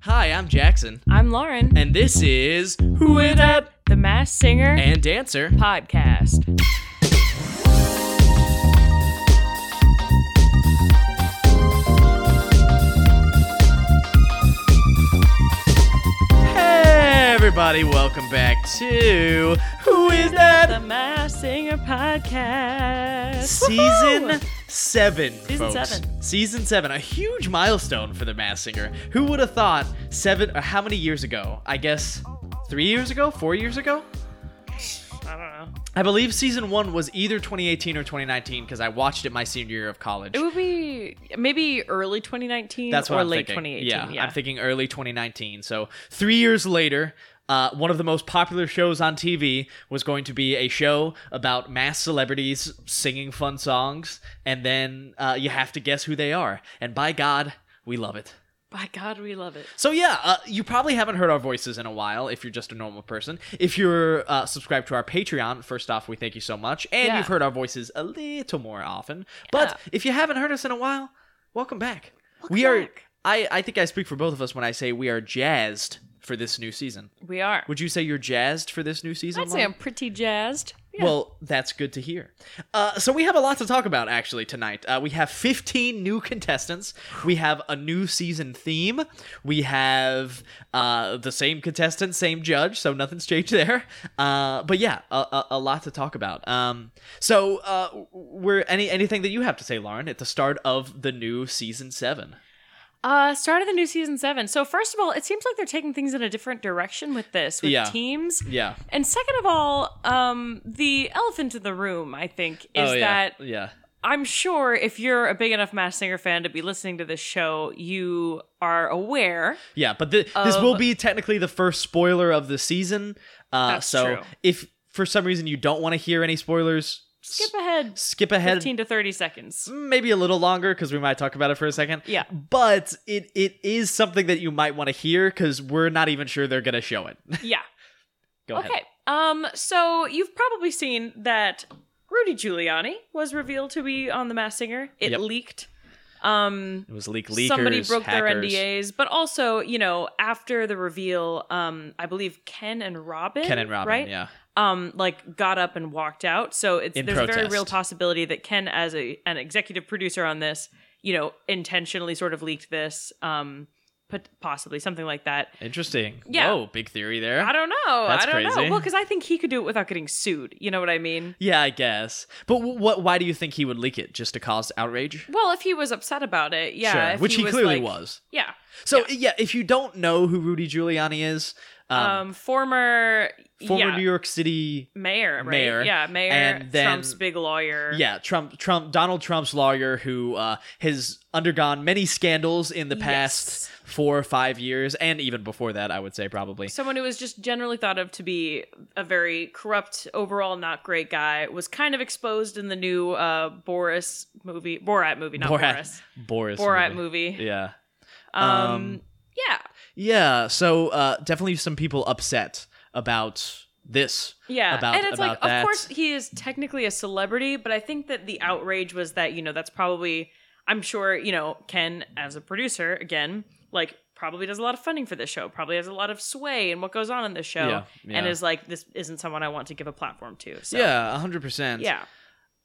Hi, I'm Jackson, I'm Lauren, and this is Who It Up the Mass Singer and Dancer. Podcast. Hey, everybody, welcome back to Who Is The That Mass Singer Podcast. Season Woohoo! Seven, Season folks. seven. Season Seven, a huge milestone for the Mass Singer. Who would have thought seven? Or how many years ago? I guess three years ago, four years ago. I don't know. I believe season one was either 2018 or 2019 because I watched it my senior year of college. It would be maybe early 2019 That's what or I'm late thinking. 2018. Yeah, I'm thinking early 2019. So three years later, uh, one of the most popular shows on TV was going to be a show about mass celebrities singing fun songs, and then uh, you have to guess who they are. And by God, we love it. By God, we love it. So yeah, uh, you probably haven't heard our voices in a while if you're just a normal person. If you're uh, subscribed to our Patreon, first off, we thank you so much, and Yeah. you've heard our voices a little more often. But Yeah. if you haven't heard us in a while, welcome back. Welcome we are. back. I I think I speak for both of us when I say we are jazzed for this new season. We are. Would you say you're jazzed for this new season? I'd say Lauren? I'm pretty jazzed. Yeah. Well, that's good to hear. Uh, so we have a lot to talk about actually tonight. Uh, we have 15 new contestants. We have a new season theme. We have uh, the same contestant, same judge, so nothing's changed there. Uh, but yeah, a, a, a lot to talk about. Um, so, uh, we're any anything that you have to say, Lauren, at the start of the new season seven. Uh, start of the new season seven. So first of all, it seems like they're taking things in a different direction with this, with Yeah. teams. Yeah. And second of all, um, the elephant in the room, I think, is oh, yeah. that yeah. I'm sure if you're a big enough Mass Singer fan to be listening to this show, you are aware. Yeah, but thi- this of- will be technically the first spoiler of the season. Uh, That's so true. if for some reason you don't want to hear any spoilers, Skip ahead skip ahead 15 to 30 seconds. maybe a little longer because we might talk about it for a second. Yeah. But it it is something that you might want to hear because we're not even sure they're gonna show it. Yeah. Go ahead. Okay. Um, so you've probably seen that Rudy Giuliani was revealed to be on The Mass Singer. It Yep. leaked. Um, It was leak leakers. somebody broke hackers. their NDAs, but also, you know, after the reveal, um, I believe Ken and Robin, Ken and Robin. right? Yeah. um, like got up and walked out. So it's In there's a very protest. real possibility that Ken, as a an executive producer on this, you know, intentionally sort of leaked this, um, put, possibly something like that. Interesting. Yeah. Whoa, big theory there. I don't know. That's I don't crazy. know. Well, because I think he could do it without getting sued. You know what I mean? yeah, I guess. But wh- what? Why do you think he would leak it? Just to cause outrage? Well, if he was upset about it, yeah, Sure, if Which he, clearly like- was. Yeah, So yeah. if you don't know who Rudy Giuliani is, um, um, former former Um, yeah, New York City, mayor, right? mayor, yeah, mayor, and then- Trump's big lawyer, yeah, Trump, Trump, Donald Trump's lawyer who uh, has undergone many scandals in the past Yes. four or five years, and even before that, I would say probably. someone who was just generally thought of to be a very corrupt, overall not great guy, was kind of exposed in the new uh, Boris movie, Borat movie, not Boris, Boris, Borat movie. Yeah, Um, Um, yeah, yeah. So uh, definitely some people upset about this. yeah, about- and it's like, about that. of course, he is technically a celebrity, but I think that the outrage was that you know that's probably, I'm sure you know Ken as a producer again, like probably does a lot of funding for this show, probably has a lot of sway in what goes on in this show, Yeah, and yeah. is like this isn't someone I want to give a platform to. So, Yeah, hundred percent. yeah.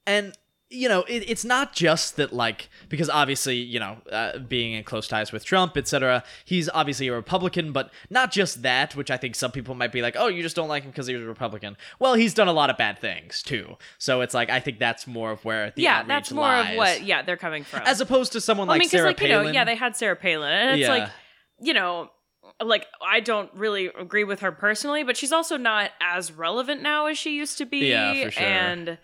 and you know it, it's not just that like because obviously you know uh, being in close ties with trump etc he's obviously a republican but not just that which i think some people might be like oh you just don't like him because he was a republican well he's done a lot of bad things too so it's like i think that's more of where the yeah, outrage that's more lies. of what yeah they're coming from. as opposed to someone Well, I like mean, because sarah like palin you know, yeah, they had Sarah Palin, and it's Yeah. like you know, like I don't really agree with her personally, but she's also not as relevant now as she used to be. Yeah, for sure. And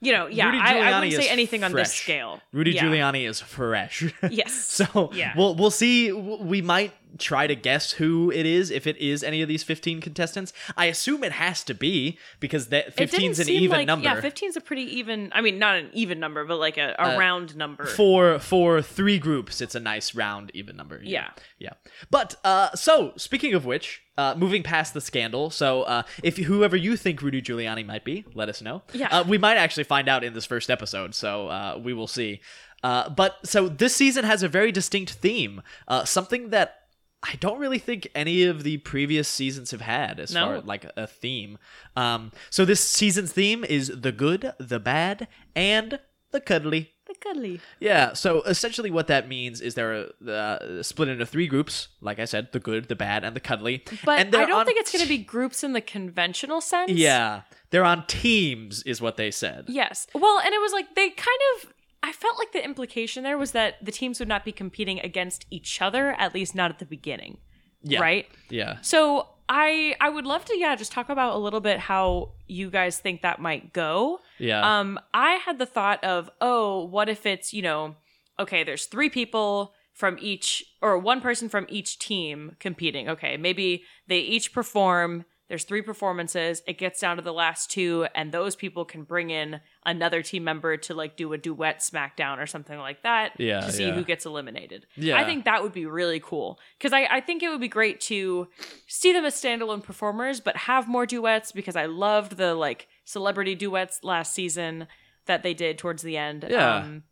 you know, yeah, Rudy I, I Giuliani wouldn't is say anything on this fresh. scale. rudy yeah. giuliani is fresh Yes. So Yeah. we'll we'll see. W- We might try to guess who it is if it is any of these fifteen contestants. I assume it has to be because that It didn't 15's an seem even like, number. Yeah, 15's a pretty even. I mean, not an even number, but like a, a Uh, round number. for for three groups, it's a nice round even number. Yeah. yeah. But uh, so speaking of which, uh, moving past the scandal. So uh, if whoever you think Rudy Giuliani might be, let us know. Yeah. uh, we might actually find out in this first episode. So uh, we will see. Uh, but so this season has a very distinct theme, uh, something that I don't really think any of the previous seasons have had as No. far like a theme. Um, so this season's theme is the good, the bad, and the cuddly. The cuddly. Yeah, so essentially what that means is they're uh, split into three groups. Like I said, the good, the bad, and the cuddly. But and I they're don't on- think it's going to be groups in the conventional sense. Yeah, they're on teams, is what they said. Yes. Well, and it was like they kind of. I felt like the implication there was that the teams would not be competing against each other, at least not at the beginning. Yeah. Right? Yeah. So I I would love to yeah just talk about a little bit how you guys think that might go. Yeah. Um, I had the thought of oh, what if it's you know okay, there's three people from each or one person from each team competing. Okay, maybe they each perform. There's three performances. It gets down to the last two, and those people can bring in another team member to like do a duet SmackDown or something like that Yeah, to see yeah. who gets eliminated. Yeah. I think that would be really cool because I, I think it would be great to see them as standalone performers, but have more duets because I loved the like celebrity duets last season that they did towards the end. Yeah. Um,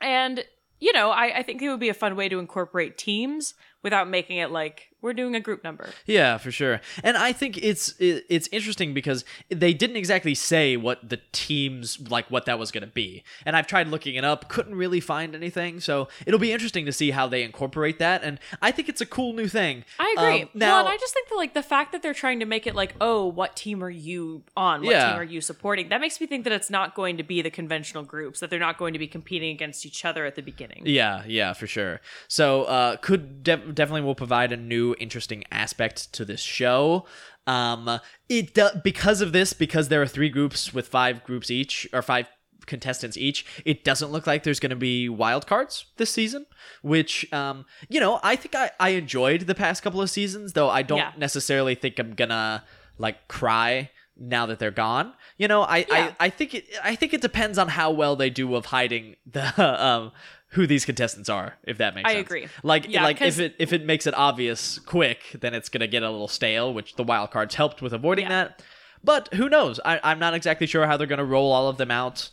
and you know, I, I think it would be a fun way to incorporate teams without making it like we're doing a group number. Yeah, for sure. And I think it's it- it's interesting because they didn't exactly say what the teams like what that was going to be. And I've tried looking it up, couldn't really find anything. So it'll be interesting to see how they incorporate that. And I think it's a cool new thing. I agree. Um, well, now, and I just think that like the fact that they're trying to make it like, oh, what team are you on? What Yeah. team are you supporting? That makes me think that it's not going to be the conventional groups, that they're not going to be competing against each other at the beginning. yeah, yeah, for sure. So uh, could de- definitely will provide a new interesting aspect to this show. Um, it do- because of this because there are three groups with five groups each or five contestants each. It doesn't look like there's going to be wild cards this season, which um, you know I think I I enjoyed the past couple of seasons, though I don't Yeah. necessarily think I'm gonna like cry now that they're gone. You know, I, Yeah. I I think it I think it depends on how well they do of hiding the um who these contestants are, if that makes I sense. agree. Like Yeah, like if 'cause- it if it makes it obvious quick, then it's gonna get a little stale, which the wild cards helped with avoiding Yeah. that. But who knows? I, I'm not exactly sure how they're gonna roll all of them out.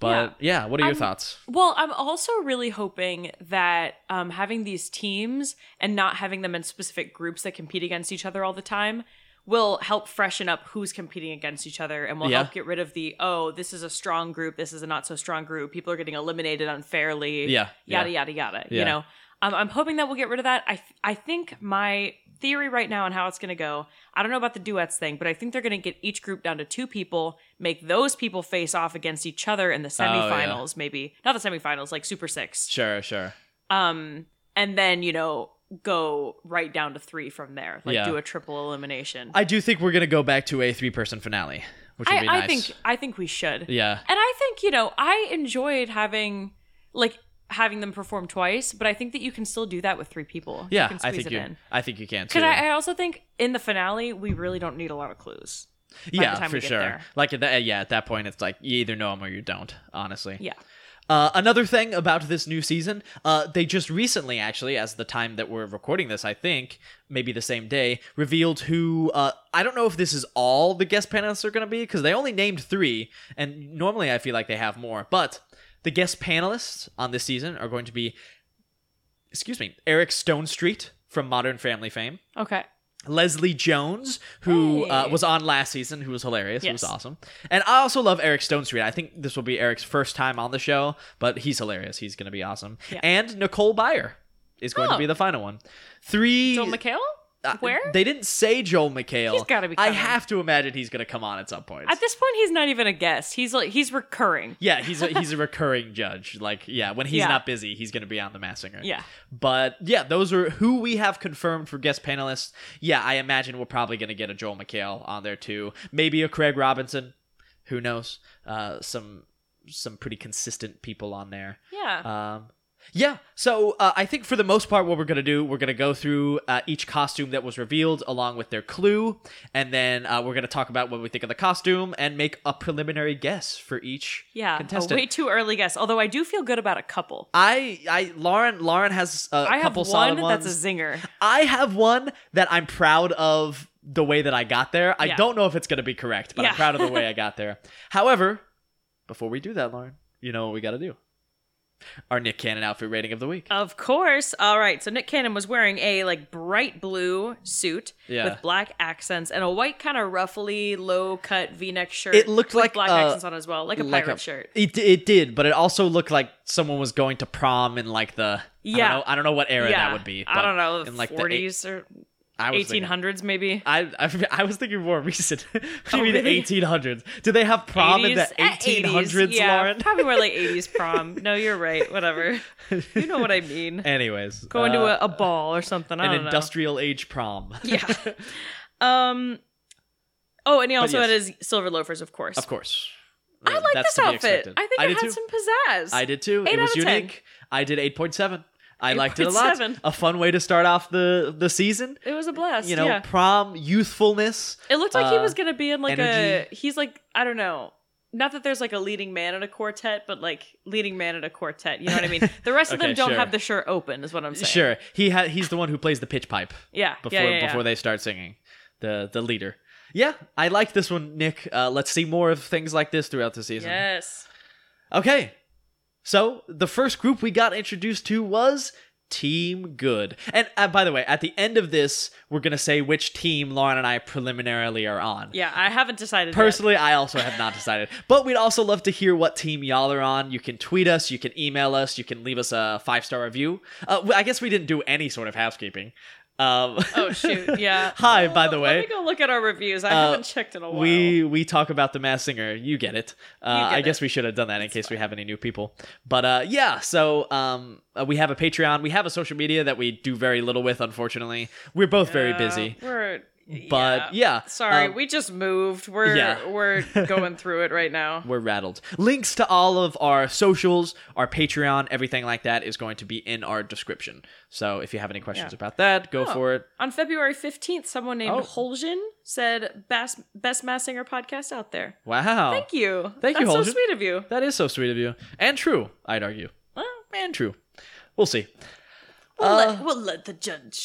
But yeah, what are your I'm- thoughts? Well, I'm also really hoping that um, having these teams and not having them in specific groups that compete against each other all the time will help freshen up who's competing against each other and will Yeah. help get rid of the oh this is a strong group this is a not so strong group people are getting eliminated unfairly Yeah, yada yeah. yada yada Yeah. you know um, i'm hoping that we'll get rid of that i th- i think my theory right now on how it's going to go i don't know about the duets thing but i think they're going to get each group down to two people make those people face off against each other in the Oh, yeah. semifinals maybe not the semifinals like super six Sure, sure. um and then you know go right down to three from there like Yeah. do a triple elimination I do think we're gonna go back to a three person finale, which would I, be nice. I think i think we should yeah. and i think you know i enjoyed having like having them perform twice but i think that you can still do that with three people you Yeah, can I squeeze think it you. in I think you can too. because I, I also think in the finale we really don't need a lot of clues the yeah, time for we get sure. there. Like at that, yeah, at that point, it's like you either know them or you don't. Honestly. yeah Uh, another thing about this new season, uh, they just recently, actually, as the time that we're recording this, I think maybe the same day, revealed who. Uh, I don't know if this is all the guest panelists are going to be because they only named three, and normally I feel like they have more. But the guest panelists on this season are going to be, excuse me, Eric Stone Street from Modern Family fame. okay Leslie Jones, who uh, Hey. was on last season, who was hilarious, who was Yes. awesome. And I also love Eric Stone Street. I think this will be Eric's first time on the show, but he's hilarious. He's going to be awesome. Yeah. And Nicole Byer is going to Oh. be the final one. Three. joel mchale uh, where They didn't say Joel McHale. He's gotta be I coming. have to imagine he's going to come on at some point. At this point, he's not even a guest. He's like he's recurring. yeah, he's a, he's a recurring judge. Like, yeah, when he's Yeah. not busy, he's going to be on The Mass Singer. Yeah. But yeah, those are who we have confirmed for guest panelists. Yeah, I imagine we're probably going to get a Joel McHale on there too. Maybe a Craig Robinson. Who knows? Uh, some some pretty consistent people on there. Yeah. Um, yeah, so uh, I think for the most part, what we're gonna do, we're gonna go through uh, each costume that was revealed along with their clue, and then uh, we're gonna talk about what we think of the costume and make a preliminary guess for each yeah. oh, contestant. A way too early guess. Although I do feel good about a couple. I, I, Lauren, Lauren has a I have couple one solid ones. that's a zinger. I have one that I'm proud of the way that I got there. I Yeah. don't know if it's going to be correct, but I'm Yeah. proud of the way I got there. However, before we do that, Lauren, you know what we got to do. Our Nick Cannon outfit rating of the week. Of course. All right. So Nick Cannon was wearing a like bright blue suit Yeah. with black accents and a white kind of ruffly low cut V neck shirt. It looked with like, black uh, accents on as well, like a like pirate a- shirt. It it did, but it also looked like someone was going to prom in like the I Yeah. don't know, I don't know what era yeah, that would be. I but don't know, in the like the eight- forties or I was eighteen thinking- hundreds maybe. I, I I was thinking more recent. what do you Oh, mean really? the 1800s? Did they have prom in the 80s? Eh, 1800s, 80s, yeah, Lauren? probably more like eighties prom. No, you're right. Whatever. You know what I mean. Anyways, Going uh, to a, a ball or something. I an don't know. industrial age prom. Yeah. Um. Oh, and he also yes. had his silver loafers, of course. Of course. I like That's this to be outfit. expected. I think I it did had too. some pizzazz. I did too. Eight it was out of 10. unique. I did 8.7. I liked it a lot. 8.7. A fun way to start off the the season. it was a blast. You know, yeah. prom youthfulness. It looked like he uh, was gonna be in like energy. a. He's like I don't know. Not that there's like a leading man in a quartet, but like leading man in a quartet. You know what I mean? The rest of Okay, them don't sure. have the shirt open, is what I'm saying. Sure, he ha- he's the one who plays the pitch pipe Yeah. before yeah, yeah, yeah. before they start singing. The the leader. Yeah, I like this one, Nick. Uh, let's see more of things like this throughout the season. Yes. Okay. So the first group we got introduced to was Team Good. And uh, by the way, at the end of this, we're going to say which team Lauren and I preliminarily are on. Yeah. I haven't decided. yet. Personally, I also have not decided. But we'd also love to hear what team y'all are on. You can tweet us, you can email us, you can leave us a five star review. Uh, w- I guess we didn't do any sort of housekeeping. Um, Oh shoot. Yeah. Hi, by the Let way. me go look at our reviews. I Uh, haven't checked in a while. we we talk about the mass singer you get it uh, You get i guess it. we should have done that in case we have any new people but uh, yeah so um, uh, we have a patreon we have a social media that we do very little with unfortunately we're both very Uh, busy We're. but yeah, Sorry, um, we just moved. We're Yeah. we're going through it right now. we're rattled links to all of our socials our patreon everything like that is going to be in our description so if you have any questions Yeah. about that go Oh. for it On February 15th, someone named Oh. Holjin said best best mass singer podcast out there. wow Thank you. Oh. Thank you, That's so Holjin. sweet of you. that is so sweet of you and true i'd argue Well, and true we'll see we'll, Uh, let, we'll let the judge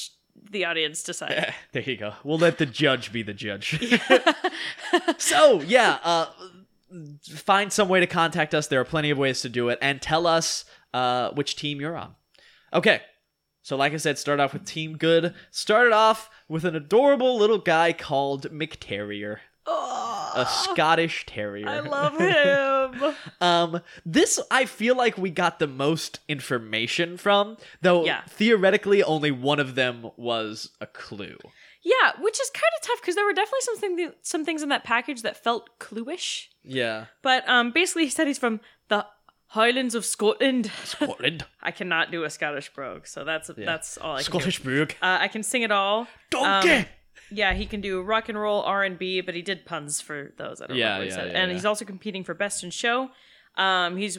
the audience decide. There you go. We'll let the judge be the judge. so, yeah, uh, find some way to contact us. There are plenty of ways to do it. And tell us uh, which team you're on. Okay. So, like I said, start off with Team Good. Started off with an adorable little guy called McTerrier, Oh, a Scottish Terrier. I love him. Um, this I feel like we got the most information from, though Yeah. theoretically only one of them was a clue. yeah, which is kind of tough because there were definitely some thing, some things in that package that felt cluish. Yeah, But um, basically, he said he's from the Highlands of Scotland. Scotland. I cannot do a Scottish brogue, so that's that's all I can do. Scottish Brook. Uh, I can sing it all. Donkey. Um, yeah, he can do rock and roll, R and B, but he did puns for those. I don't Yeah, know what he yeah, said. yeah, and yeah. he's also competing for best in show. Um, he's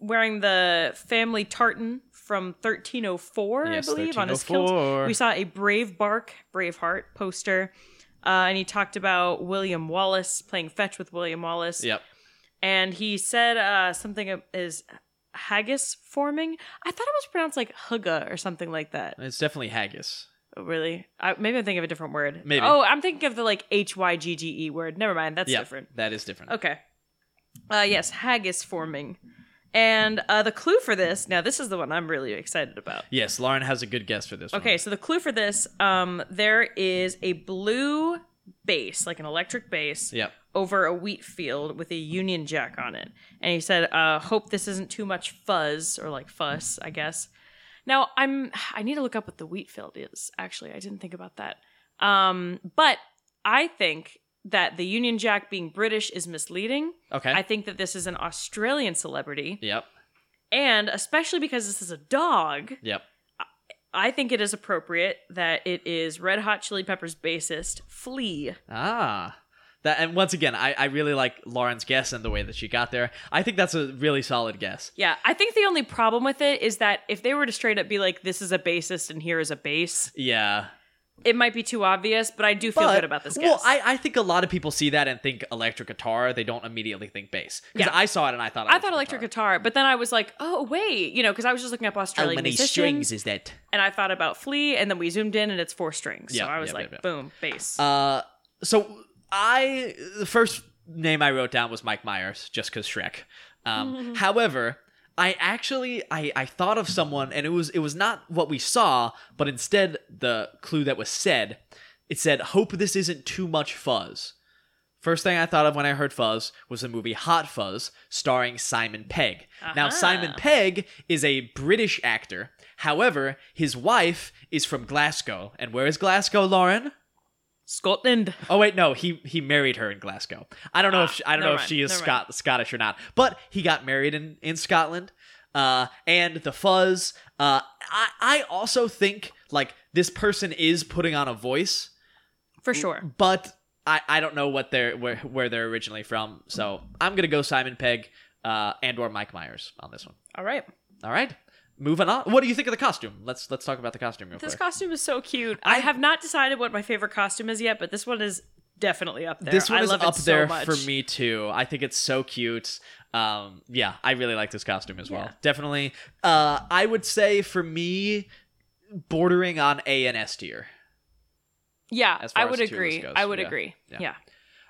wearing the family tartan from 1304, Yes, I believe, on his kilt. 1304. We saw a Brave Bark, Braveheart poster, uh, and he talked about William Wallace playing fetch with William Wallace. yep. and he said uh, something of- is haggis forming. I thought it was pronounced like hugga or something like that. It's definitely haggis. Oh, Really? I, maybe I'm thinking of a different word. Maybe. Oh, I'm thinking of the like H Y G G E word. Never mind. That's yeah, different. that is different. Okay. Uh, yes, haggis forming. And uh, the clue for this, now this is the one I'm really excited about. Yes, Lauren has a good guess for this Okay, so the clue for this, um, there is a blue bass, like an electric bass, one. Yep. over a wheat field with a Union Jack on it. And he said, uh, hope this isn't too much fuzz or like fuss, I guess. Now I'm I need to look up what the wheat field is. Actually, I didn't think about that. Um, but I think that the Union Jack being British is misleading. Okay. I think that this is an Australian celebrity. yep. And especially because this is a dog, Yep. I think it is appropriate that it is Red Hot Chili Peppers bassist Flea. Ah. That and once again, I, I really like Lauren's guess and the way that she got there. I think that's a really solid guess. Yeah, I think the only problem with it is that if they were to straight up be like, this is a bassist and here is a bass, Yeah. it might be too obvious, but I do feel But- good about this guess. Well, I, I think a lot of people see that and think electric guitar. They don't immediately think bass. Because Yeah. I saw it and I thought I thought electric guitar, but then I was like, oh wait, you know, because I was just looking up Australian musicians, is that? and I thought about Flea, and then we zoomed in, and it's four strings. Yeah, so I was yeah, like, yeah, yeah. boom, bass. Uh, so I the first name I wrote down was Mike Myers, just because Shrek. Um, however, I actually I, I thought of someone and it was it was not what we saw, but instead the clue that was said. It said, Hope this isn't too much fuzz. First thing I thought of when I heard fuzz was the movie Hot Fuzz starring Simon Pegg. Now Aha. Simon Pegg is a British actor. However, his wife is from Glasgow. And where is Glasgow, Lauren? Scotland. Oh wait, no, he he married her in Glasgow. I don't know if Ah, she, I don't know never if she mind, is never Scot- Scottish or not, but he got married in in Scotland. Uh, and the fuzz. Uh, I I also think like this person is putting on a voice, For sure. but I I don't know what they're where where they're originally from. So I'm gonna go Simon Pegg, uh, and or Mike Myers on this one. All right. All right, moving on. What do you think of the costume? Let's let's talk about the costume real This quick. costume is so cute. I have not decided what my favorite costume is yet, but this one is definitely up there. This one I is love up it there so much. for me too. I think it's so cute. Um, yeah, I really like this costume as well. Yeah. Definitely. Uh, I would say for me, bordering on A and S tier. Yeah, as far I as would tier list agree. goes. I would Yeah. agree. Yeah. Yeah.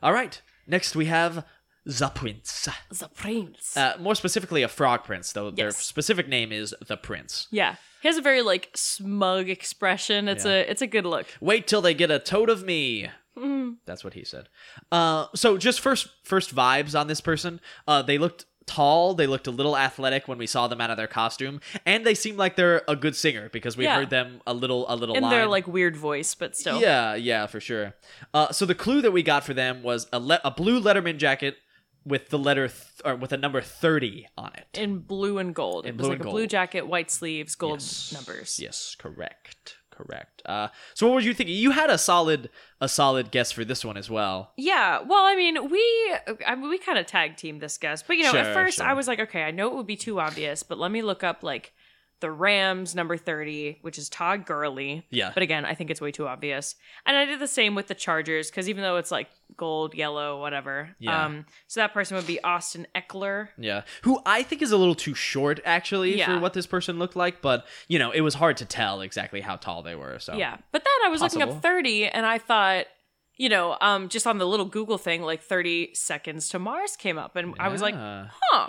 All right. Next we have the prince. The prince. Uh, more specifically, a frog prince, though their Yes. specific name is the prince. yeah. He has a very like smug expression. It's Yeah. a it's a good look. Wait till they get a toad of me. Mm. That's what he said. Uh, so just first first vibes on this person. Uh, they looked tall. They looked a little athletic when we saw them out of their costume, and they seem like they're a good singer because we Yeah. heard them a little a little. In line. their like weird voice, but still. Yeah, yeah, for sure. Uh, so the clue that we got for them was a le- a blue Letterman jacket with the letter th- or with a number thirty on it. In blue and gold. In it blue was like and a blue gold. jacket, white sleeves, gold Yes. numbers. Yes, correct, correct. Uh, so what were you thinking? You had a solid a solid guess for this one as well. Yeah, well, I mean, we I mean, we kind of tag team this guess, but you know, Sure, at first sure. I was like, okay, I know it would be too obvious, but let me look up like the Rams number thirty, which is Todd Gurley. Yeah. But again, I think it's way too obvious, and I did the same with the Chargers because even though it's like gold, yellow, whatever, Yeah. um, so that person would be Austin Eckler. Yeah, who I think is a little too short actually Yeah. for what this person looked like, but you know it was hard to tell exactly how tall they were. So Yeah, but then I was looking Possible. up thirty, and I thought. You know, um, just on the little Google thing, like 30 seconds to Mars came up, and I was like, Yeah. huh.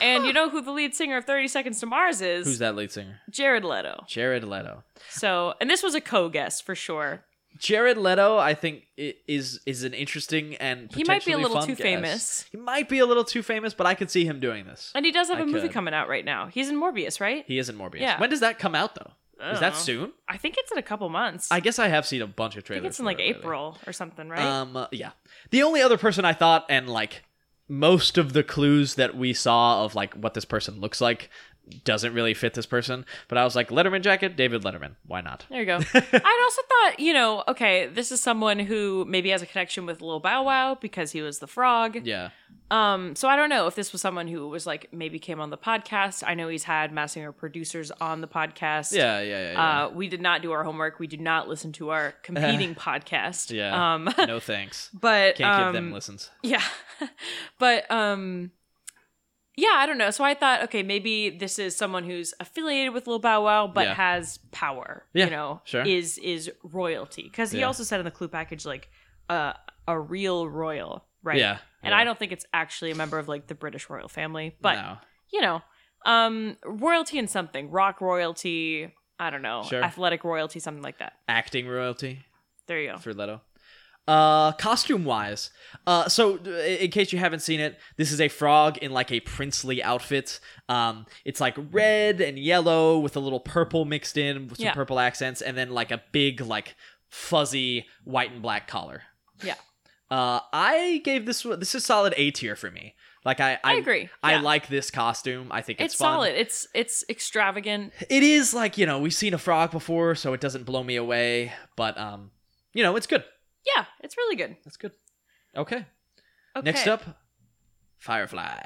And you know who the lead singer of 30 Seconds to Mars is? who's that lead singer? Jared Leto. Jared Leto. So, and this was a co-guest for sure. Jared Leto, I think i- is is an interesting and He might be a potentially little fun too guess. famous. He might be a little too famous, but I could see him doing this. And he does have I a movie could. coming out right now. He's in Morbius, right? He is in Morbius. Yeah. When does that come out though? I Is don't that know. soon? I think it's in a couple months. I guess I have seen a bunch of I trailers. think it's in for like it lately. April or something, right? Um, uh, yeah. The only other person I thought, and like most of the clues that we saw of like what this person looks like, doesn't really fit this person. But I was like, Letterman jacket, David Letterman. Why not? there you go. I'd also thought, you know, okay, this is someone who maybe has a connection with Lil Bow Wow because he was the frog. Yeah, Um, so I don't know if this was someone who was like maybe came on the podcast. I know he's had Massinger producers on the podcast. yeah, yeah, yeah. Uh, we did not do our homework. We did not listen to our competing podcast. Yeah. Um, yeah. no thanks. but Can't give um, them listens. yeah. but um, yeah, I don't know. So I thought, okay, maybe this is someone who's affiliated with Lil Bow Wow, but Yeah. has power. Yeah, you know, sure. is is royalty because he Yeah. also said in the clue package like uh, a real royal, right? Yeah, And yeah. I don't think it's actually a member of like the British royal family, but no. you know, um, royalty and something, rock royalty, I don't know, Sure. athletic royalty, something like that. acting royalty. There you go. for Leto. Uh, costume wise, uh, so uh, in case you haven't seen it, this is a frog in like a princely outfit. Um, it's like red and yellow with a little purple mixed in with some Yeah. purple accents, and then like a big like fuzzy white and black collar. Yeah. Uh, I gave this one. This is solid A tier for me. Like I, I, I, agree. I Yeah. like this costume. I think it's, it's fun. solid. It's it's extravagant. It is like you know we've seen a frog before, so it doesn't blow me away. But um, you know it's good. Yeah, it's really good. That's good. Okay. Okay. Next up, Firefly.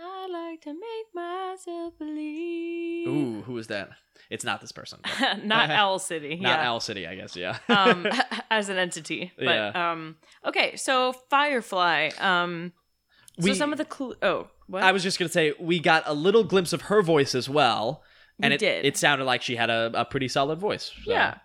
I like to make myself believe. Ooh, who is that? It's not this person. but Not Owl City. Not yeah. Owl City, I guess. Yeah. um as an entity. But Yeah. um okay, so Firefly. Um We- so some of the clue oh, what? I was just gonna say we got a little glimpse of her voice as well, and We it did. it sounded like she had a, a pretty solid voice. so- Yeah.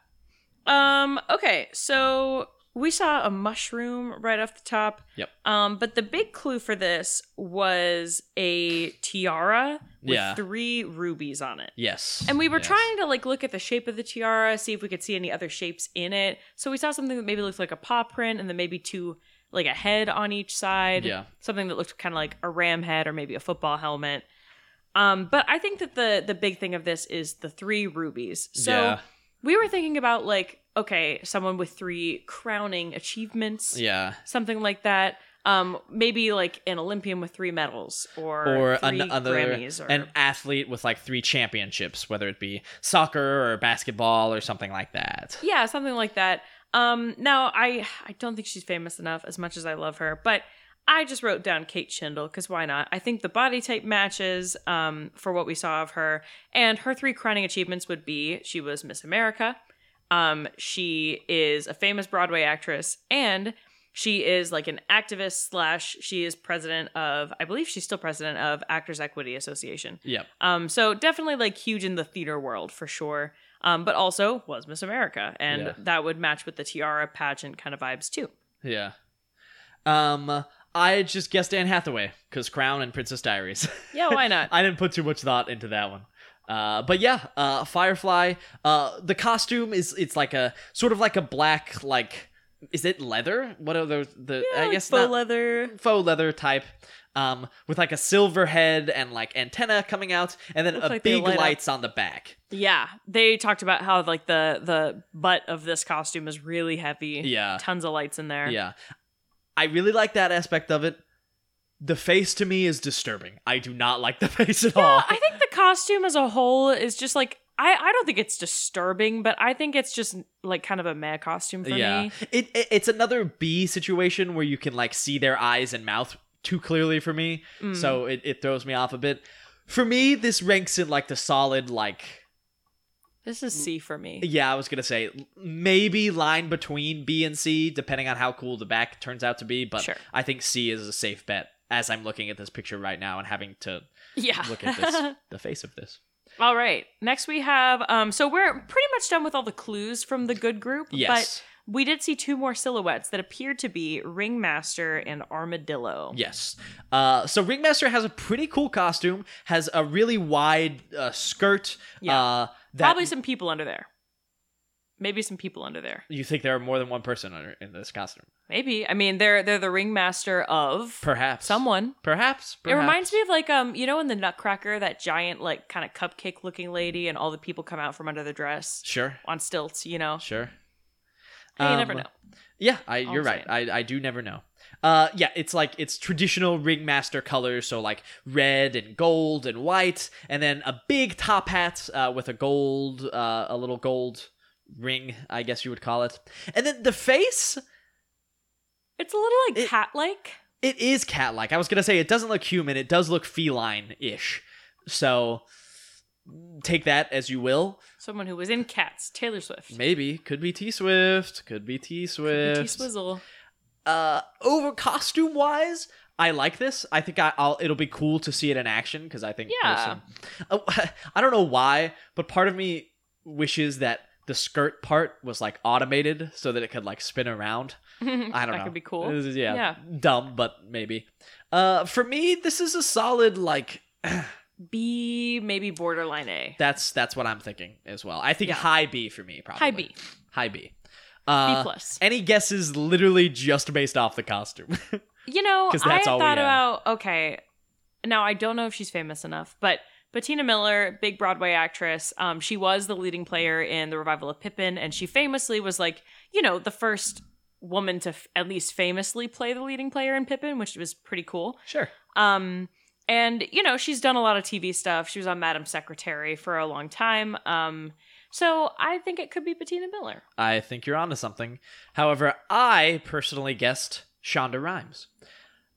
Um, okay, so we saw a mushroom right off the top. Yep. Um, but the big clue for this was a tiara with Yeah. three rubies on it. Yes. And we were yes. trying to like look at the shape of the tiara, see if we could see any other shapes in it. So we saw something that maybe looked like a paw print and then maybe two like a head on each side. Yeah. Something that looked kind of like a ram head or maybe a football helmet. Um, but I think that the the big thing of this is the three rubies. So yeah. we were thinking about like, okay, someone with three crowning achievements Yeah. something like that. Um, maybe like an Olympian with three medals or Or three another Grammys or an athlete with like three championships, whether it be soccer or basketball or something like that. yeah, something like that. Um, now I I don't think she's famous enough as much as I love her, but I just wrote down Kate Schindel because why not? I think the body type matches um, for what we saw of her, and her three crowning achievements would be she was Miss America, um, she is a famous Broadway actress, and she is like an activist slash she is president of I believe she's still president of Actors Equity Association. Yep. Um, so definitely like huge in the theater world for sure. Um, but also was Miss America, and Yeah. that would match with the tiara pageant kind of vibes too. Yeah. Um, I just guessed Anne Hathaway because Crown and Princess Diaries. Yeah, why not? I didn't put too much thought into that one. Uh, but yeah, uh, Firefly. Uh, the costume is it's like a sort of like a black like is it leather? What are those? The Yeah, I like guess faux not- leather. faux leather type, um, with like a silver head and like antenna coming out, and then Looks a like they big light up. lights on the back. Yeah, they talked about how like the the butt of this costume is really heavy. Yeah, tons of lights in there. yeah. I really like that aspect of it. The face to me is disturbing. I do not like the face at all. Yeah, I think the costume as a whole is just like I I don't think it's disturbing, but I think it's just like kind of a meh costume for me. It, it it's another B situation where you can like see their eyes and mouth too clearly for me, Mm. so it, it throws me off a bit. For me, this ranks in like the solid like this is C for me. yeah, I was gonna say maybe line between B and C depending on how cool the back turns out to be, but Sure. I think C is a safe bet as I'm looking at this picture right now and having to Yeah. look at this the face of this. All right. Next we have um so we're pretty much done with all the clues from the good group, Yes, but we did see two more silhouettes that appeared to be Ringmaster and Armadillo. Yes. Uh, so Ringmaster has a pretty cool costume. Has a really wide uh, skirt. Yeah. Uh, that Probably some people under there. Maybe some people under there. you think there are more than one person under, in this costume? Maybe. I mean, they're they're the ringmaster of Perhaps someone. Perhaps. It reminds me of like um you know in the Nutcracker that giant like kind of cupcake looking lady and all the people come out from under the dress Sure. on stilts, you know. Sure. Hey, you never Um, know. Yeah, I, All you're I'm right. I, I do never know. Uh, yeah, it's like it's traditional ringmaster colors, so like red and gold and white, and then a big top hat uh, with a gold, uh, a little gold ring, I guess you would call it. And then the face, It's a little like It- cat like. it is cat-like. I was gonna say it doesn't look human. It does look feline-ish. So take that as you will. Someone who was in Cats, Taylor Swift. Maybe could be T Swift. Could be T T Swift. Swizzle. uh over costume wise i like this i think I, i'll it'll be cool to see it in action because i think Yeah. there's some- Uh, i don't know why but part of me wishes that the skirt part was like automated so that it could like spin around i don't know That could be cool. This is- yeah, Yeah. dumb but maybe uh for me this is a solid like B, maybe borderline A. that's that's what i'm thinking as well i think Yeah. high b for me probably High B. high b uh B plus. any guesses literally just based off the costume You know, 'cause I that's all thought we have. about okay. Now I don't know if she's famous enough, but Bettina Miller, big Broadway actress, um, she was the leading player in the revival of Pippin, and she famously was like, you know, the first woman to f- at least famously play the leading player in Pippin, which was pretty cool. sure Um, and you know, she's done a lot of TV stuff. She was on Madam Secretary for a long time. Um, so I think it could be Bettina Miller. I think you're onto something. However, I personally guessed Shonda Rhimes.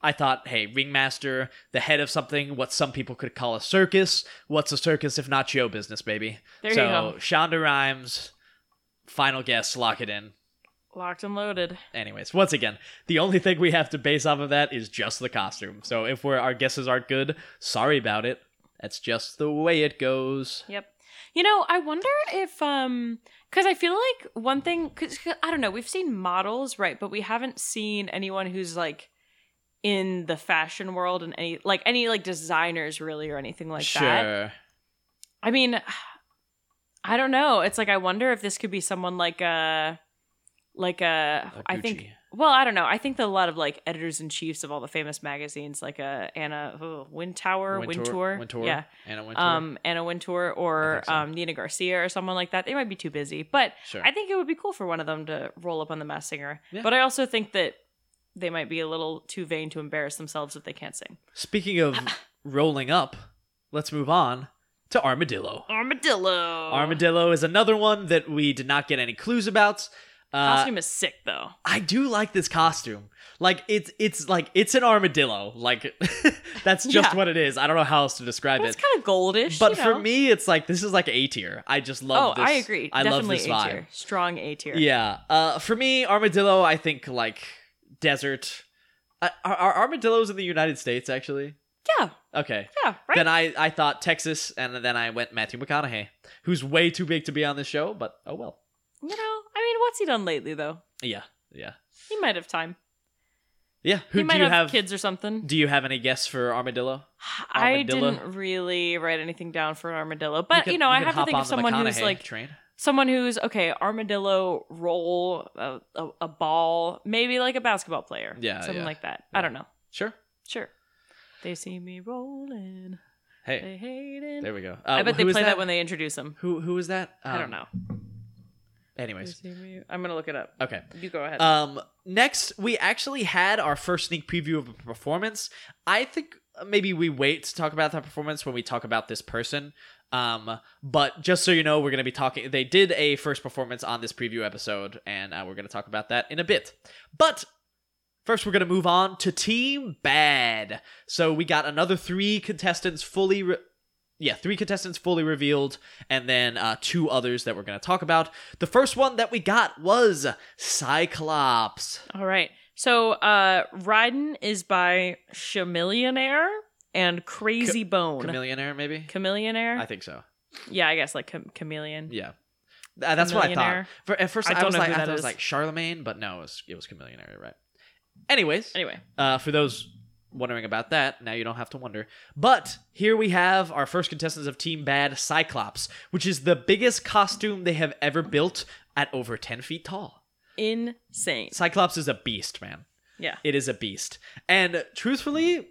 I thought, hey, ringmaster, the head of something, what some people could call a circus. What's a circus if not show business, baby? There so, you go. Shonda Rhimes, final guess, lock it in. Locked and loaded. Anyways, once again, the only thing we have to base off of that is just the costume. So if we're, our guesses aren't good, sorry about it. That's just the way it goes. Yep. You know, I wonder if um cuz I feel like one thing cuz I don't know, we've seen models, right, but we haven't seen anyone who's like in the fashion world and any like any like designers really or anything like sure. that. I mean, I don't know. It's like I wonder if this could be someone like a like a Like Oh, I think Gucci. well, I don't know. I think that a lot of like editors in chiefs of all the famous magazines like uh Anna oh, Wintour, Wintour, Wintour. Yeah. Anna Wintour. Um Anna Wintour I or think so. um Nina Garcia or someone like that. They might be too busy, but sure. I think it would be cool for one of them to roll up on the mass singer. Yeah. But I also think that they might be a little too vain to embarrass themselves if they can't sing. Speaking of rolling up, let's move on to Armadillo. Armadillo. Armadillo is another one that we did not get any clues about. Uh, Costume is sick though. I do like this costume. Like it's it's like it's an armadillo. Like that's just Yeah. what it is. I don't know how else to describe But it. it's kind of goldish. But you for know? me, it's like this is like A tier. I just love. oh, this. I agree. I love Definitely this A vibe. tier. Strong A tier. Yeah. Uh, for me, armadillo. I think like desert. Uh, are, are armadillos in the United States actually? Yeah. Okay. Yeah. Right. Then I I thought Texas, and then I went Matthew McConaughey, who's way too big to be on this show. But oh well. you know, I mean, what's he done lately though? Yeah. Yeah. He might have time. Yeah. Who he might do you have, have? kids or something. Do you have any guess for armadillo? I Armadillo. didn't really write anything down for an armadillo, but you, could- know, I could have to hop think on of the someone who's McConaughey like train. someone who's okay. Armadillo roll a, a, a ball, maybe like a basketball player. Yeah, something yeah. like that. Yeah. I don't know. Sure. Sure. They see me rolling. Hey, They hating. there we go. Uh, I bet they who play is that? that when they introduce him. Who who is that? I Um, don't know. They Anyways, see me- I'm gonna look it up. okay. You go ahead. Um, next we actually had our first sneak preview of a performance. I think maybe we wait to talk about that performance when we talk about this person. Um, but just so you know, we're gonna be talking. They did a first performance on this preview episode, and uh, we're gonna talk about that in a bit. But First, we're going to move on to Team Bad. So we got another three contestants fully. Re- yeah, three contestants fully revealed, and then uh, two others that we're going to talk about. The first one that we got was Cyclops. All right. So uh Ryden is by Chamillionaire and Crazy Bone. Chameleonaire, maybe? Chamillionaire? I think so. yeah, I guess like cham- chameleon. Yeah. Uh, that's what I thought. Chameleonaire. For, at first, I, I don't was know like, who I that thought it was is. like Charlemagne, but no, it was, it was Chameleonaire, you're right? Anyways, Anyway, Uh, for those wondering about that, now you don't have to wonder. But here we have our first contestants of Team Bad Cyclops, which is the biggest costume they have ever built at over 10 feet tall. insane. Cyclops is a beast, man. Yeah. It is a beast. And truthfully,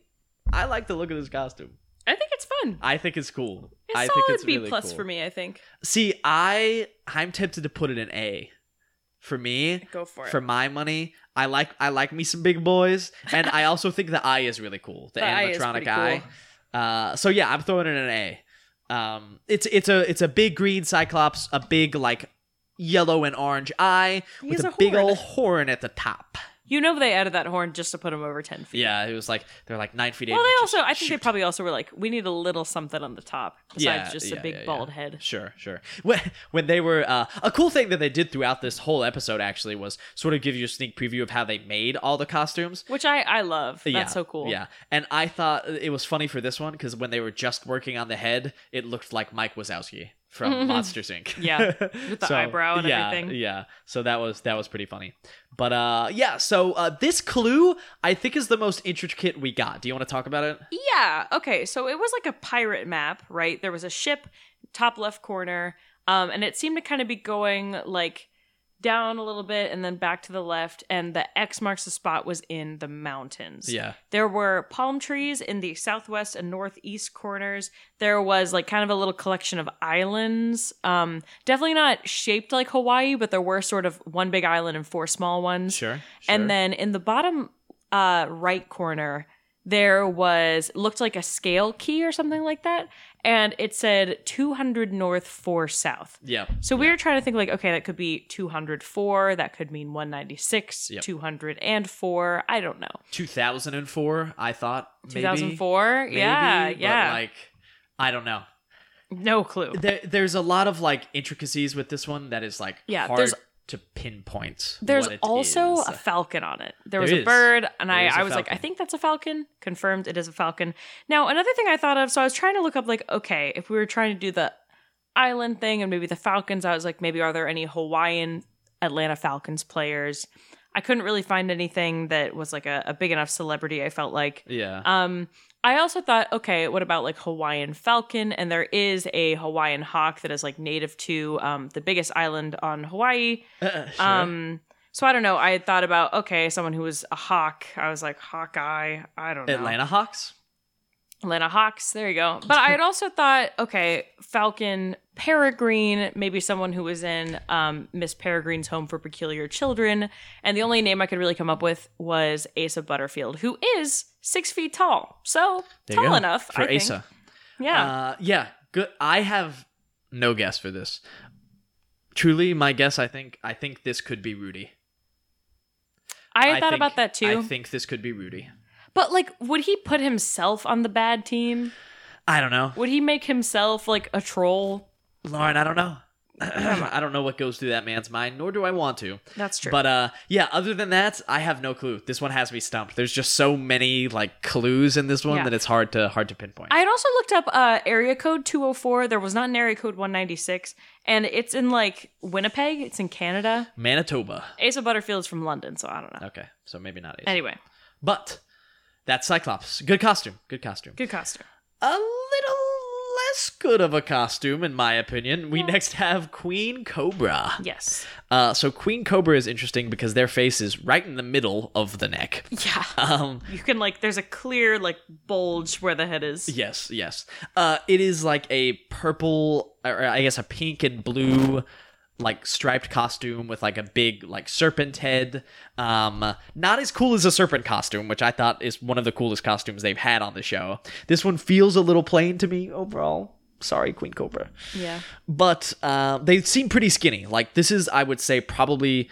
I like the look of this costume. I think it's fun. I think it's cool. It's I solid think it's B really plus cool. for me, I think. See, I I'm tempted to put it in A. For me, Go for it. for my money, I like I like me some big boys, and I also think the eye is really cool. The, The eye is animatronic pretty eye. cool. Uh, so yeah, I'm throwing it an A. Um, it's it's a it's a big green Cyclops, a big like yellow and orange eye He with has a, a big horn. old horn at the top. you know they added that horn just to put him over 10 feet. Yeah, it was like they're like nine feet. Well, eight they inches. also, I think Shoot. they probably also were like, we need a little something on the top besides Yeah, just yeah, a big yeah, yeah. bald head. Sure, sure. When, when they were uh, a cool thing that they did throughout this whole episode actually was sort of give you a sneak preview of how they made all the costumes. Which I, I love. That's yeah, so cool. Yeah, and I thought it was funny for this one because when they were just working on the head, it looked like Mike Wazowski from Monsters Inc. Yeah, with the eyebrow and yeah, everything. Yeah, so that was that was pretty funny. But uh, yeah, so uh, this clue I think is the most intricate we got. Do you want to talk about it? Yeah. Okay. So it was like a pirate map, right? There was a ship, top left corner, um, and it seemed to kind of be going like down a little bit and then back to the left. And the X marks the spot was in the mountains. Yeah, There were palm trees in the southwest and northeast corners. There was like kind of a little collection of islands. Um, definitely not shaped like Hawaii, but there were sort of one big island and four small ones. sure. sure. And then in the bottom uh, right corner, there was looked like a scale key or something like that, and it said 200 north, four south. yeah, So we were trying to think like, okay, that could be 204, that could mean 196, Yep. 204. I don't know. 2004. I thought maybe. 2004? Maybe, yeah, but yeah. Like I don't know. no clue. There, there's a lot of like intricacies with this one that is like Yeah, hard there's- to pinpoint. There's what it also is. a falcon on it. There was There a is. bird, and There I, is a I was like, I falcon. think that's a falcon. Confirmed, it is a falcon. Now, another thing I thought of, so I was trying to look up, like, okay, if we were trying to do the island thing and maybe the Falcons. I was like, maybe are there any Hawaiian Atlanta Falcons players? I couldn't really find anything that was like a, a big enough celebrity. I felt like Yeah. um, I also thought, okay, what about like Hawaiian falcon? And there is a Hawaiian hawk that is like native to um, the biggest island on Hawaii. Uh, sure. Um, so I don't know. I had thought about okay, someone who was a hawk. I was like Hawkeye. I don't know. Atlanta Hawks. Atlanta Hawks. There you go. But I had also thought, okay, Falcon Peregrine, maybe someone who was in um, Miss Peregrine's Home for Peculiar Children. And the only name I could really come up with was Asa Butterfield, who is six feet tall. So There you tall go. enough. for I think. Asa. Yeah. Uh, yeah. Good. I have no guess for this. Truly, my guess. I think. I think this could be Rudy. I had I thought think- about that too. I think this could be Rudy. but like, would he put himself on the bad team? I don't know, Would he make himself like a troll? Lauren. I don't know. I don't know what goes through that man's mind, nor do I want to. That's true. But uh, yeah. Other than that, I have no clue. This one has me stumped. There's just so many like clues in this one Yeah. that it's hard to hard to pinpoint. I had also looked up uh, area code 204. There was not an area code 196, and it's in like Winnipeg. It's in Canada. Manitoba. Asa Butterfield's from London, so I don't know. Okay, so maybe not Ace. Anyway, But that's Cyclops. Good costume. Good costume. good costume. a little less good of a costume, in my opinion. We next have Queen Cobra. Yes. Uh, so Queen Cobra is interesting because their face is right in the middle of the neck. Yeah. Um, You can like, there's a clear like bulge where the head is. yes, yes. Uh, it is like a purple, or I guess a pink and blue, like striped costume with like a big like serpent head. Um, not as cool as a serpent costume, which I thought is one of the coolest costumes they've had on the show. This one feels a little plain to me overall. Sorry, Queen Cobra. Yeah. but uh, they seem pretty skinny. Like this is, I would say, probably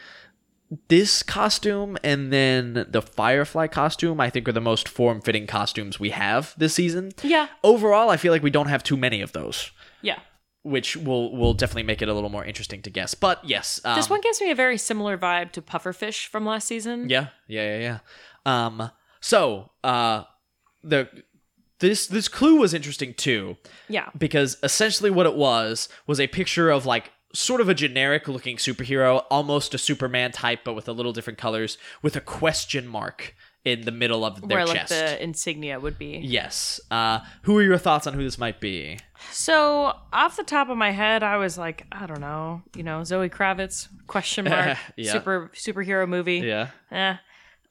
this costume and then the Firefly costume. I think are the most form-fitting costumes we have this season. Yeah. Overall, I feel like we don't have too many of those, Yeah. which will will definitely make it a little more interesting to guess. But yes, um, This one gives me a very similar vibe to pufferfish from last season. Yeah, yeah, yeah, yeah. Um, so uh, the this this clue was interesting too. Yeah. because essentially what it was was a picture of like sort of a generic looking superhero, almost a Superman type, but with a little different colors, with a question mark in the middle of their where like chest. the insignia would be. Yes. Uh, who are your thoughts on who this might be? So off the top of my head, I was like, I don't know, you know, Zoe Kravitz question mark Yeah. super superhero movie. Yeah. Eh.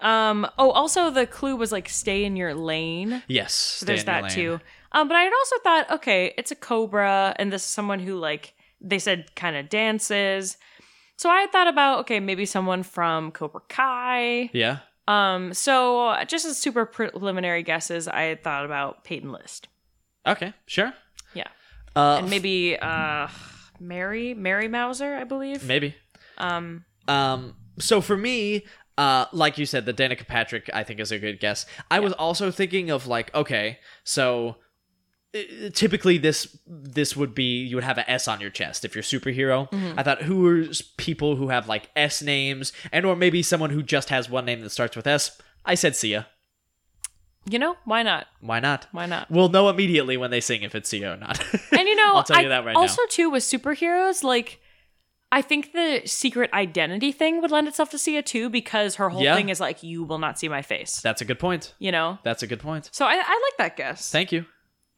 Um. Oh, also the clue was like stay in your lane. Yes. So there's that too. Um. But I had also thought, okay, it's a cobra, and this is someone who like they said kind of dances. So I had thought about okay, maybe someone from Cobra Kai. Yeah. Um. So just as super preliminary guesses, I had thought about Peyton List Okay. Sure. Yeah. Uh, and maybe uh Mary Mary Mauser, I believe. maybe. Um. Um, so for me, uh, like you said, the Danica Patrick, I think, is a good guess. I was also thinking of like, okay, so uh, typically this this would be you would have an S on your chest if you're superhero. Mm-hmm. I thought who are s- people who have like S names and or maybe someone who just has one name that starts with S. I said Sia. You know why not? Why not? Why not? We'll know immediately when they sing if it's Sia or not. And you know, I'll tell I- you that right now. also too with superheroes, like I think the secret identity thing would lend itself to Sia too, because her whole Yeah. thing is like you will not see my face. That's a good point. You know, That's a good point. so I, I like that guess. Thank you.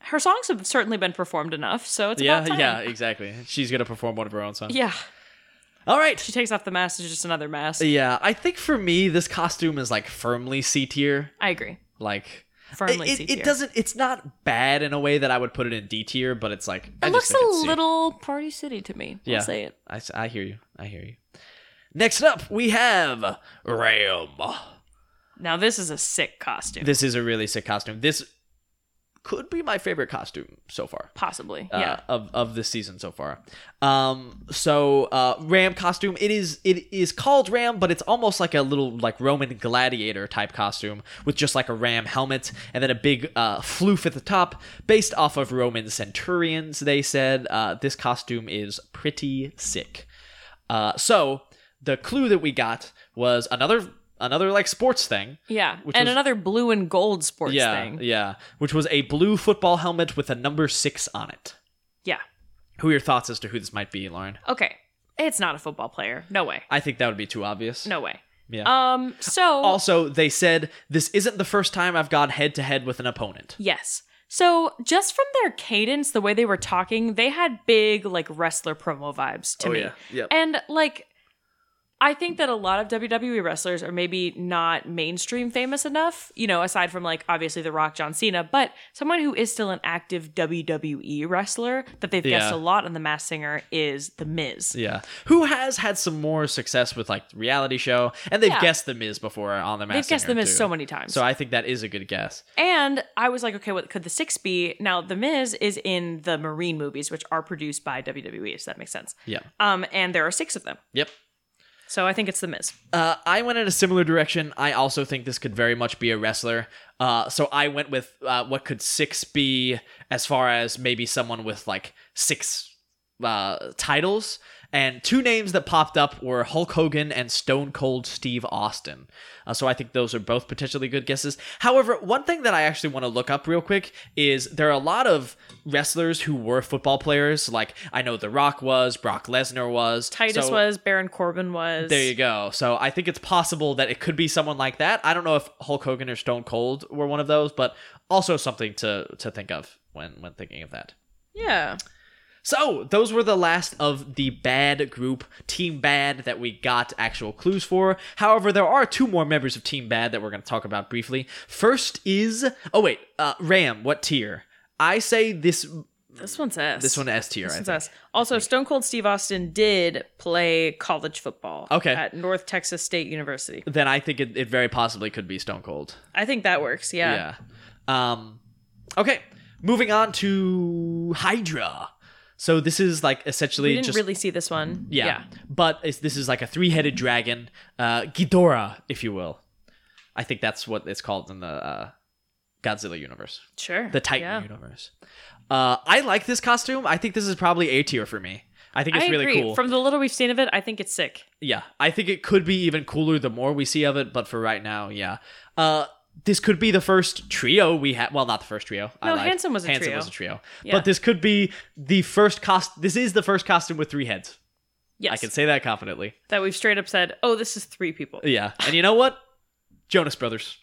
her songs have certainly been performed enough, so it's yeah, about time. yeah, exactly. She's gonna perform one of her own songs. yeah. All right. She takes off the mask; it's just another mask. Yeah, I think for me, this costume is like firmly C tier. I agree, Like, it, firmly. it- C it tier. doesn't. It's not bad in a way that I would put it in D tier, but it's like I It just looks think it's a C. little Party City to me. Yeah. I'll say it. I, s- I hear you. I hear you. Next up, we have Ram. Now this is a sick costume. This is a really sick costume. This could be my favorite costume so far. Possibly, uh, yeah. of of this season so far. Um, so uh, Ram costume. It is it is called Ram, but it's almost like a little like Roman gladiator type costume with just like a ram helmet and then a big uh, floof at the top, based off of Roman centurions. They said uh, this costume is pretty sick. Uh, so the clue that we got was another another like sports thing. Yeah, which and was- another blue and gold sports Yeah, thing. yeah, which was a blue football helmet with a number six on it. Yeah, Who are your thoughts as to who this might be, Lauren? Okay. It's not a football player. No way. I think that would be too obvious. No way. Yeah. Um so also, they said this isn't the first time I've gone head to head with an opponent. Yes. So just from their cadence, the way they were talking, they had big like wrestler promo vibes to me. Oh, Yep. And like I think that a lot of WWE wrestlers are maybe not mainstream famous enough, you know, aside from like obviously The Rock, John Cena, but someone who is still an active WWE wrestler that they've guessed Yeah. a lot on The Mass Singer is The Miz. Yeah. Who has had some more success with like reality show, and they've Yeah. guessed the Miz before on the. They've guessed The Miz so many times. So I think that is a good guess. And I was like, okay, what could the six be? Now, The Miz is in the Marine movies, which are produced by WWE, so that makes sense. Yeah. Um, and there are six of them. Yep. So I think it's The Miz. Uh, I went in a similar direction. I also think this could very much be a wrestler. Uh, so I went with uh, what could six be as far as maybe someone with like six uh, titles. And two names that popped up were Hulk Hogan and Stone Cold Steve Austin. Uh, so I think those are both potentially good guesses. However, one thing that I actually want to look up real quick is there are a lot of wrestlers who were football players. Like I know The Rock was, Brock Lesnar was, Titus So- was, Baron Corbin was. there you go. So I think it's possible that it could be someone like that. I don't know if Hulk Hogan or Stone Cold were one of those, but also something to to think of when when thinking of that. Yeah. So those were the last of the bad group, Team Bad, that we got actual clues for. However, there are two more members of Team Bad that we're going to talk about briefly. First is oh wait, uh, Ram. What tier? I say this This one's S. this one S tier. I This one's think. S. Also, Stone Cold Steve Austin did play college football Okay. at North Texas State University. Then I think it, it very possibly could be Stone Cold. I think that works. Yeah. Yeah. Um, okay. Moving on to Hydra. So this is like We essentially didn't just really see this one. yeah, but it's, this is like a three-headed dragon, uh, Ghidorah, if you will. I think that's what it's called in the uh, Godzilla universe, Sure. the Titan Yeah. universe. Uh, I like this costume. I think this is probably A tier for me. I think it's I really agree. cool. From the little we've seen of it, I think it's sick. yeah, I think it could be even cooler the more we see of it, but for right now, yeah. Uh, this could be the first trio we had. Well, not the first trio. I No, lied. Hanson was a Hanson trio. was a trio. Yeah. But this could be the first cost. This is the first costume with three heads. Yes. I can say that confidently. that we've straight up said, oh, this is three people. Yeah, and you know what? Jonas Brothers.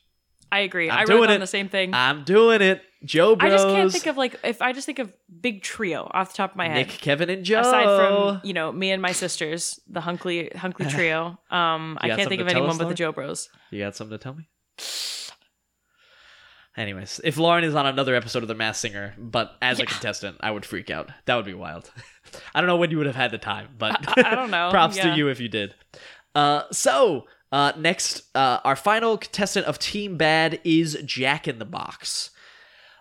I agree. I'm i wrote doing on it. the same thing. I'm doing it. Joe I Bros. just can't think of like if I just think of big trio off the top of my head. Nick, Kevin, and Joe. aside from you know me and my sisters, the Hunkley Hunkley trio. Um, I got can't something think of to tell anyone us, but the Joe Bros. you got something to tell me? Anyways, if Lauren is on another episode of The Mass Singer, but as a contestant, I would freak out. That would be wild. I don't know when you would have had the time, but I- I don't know. props Yeah. to you if you did. Uh, so uh, next, uh, our final contestant of Team Bad is Jack in the Box.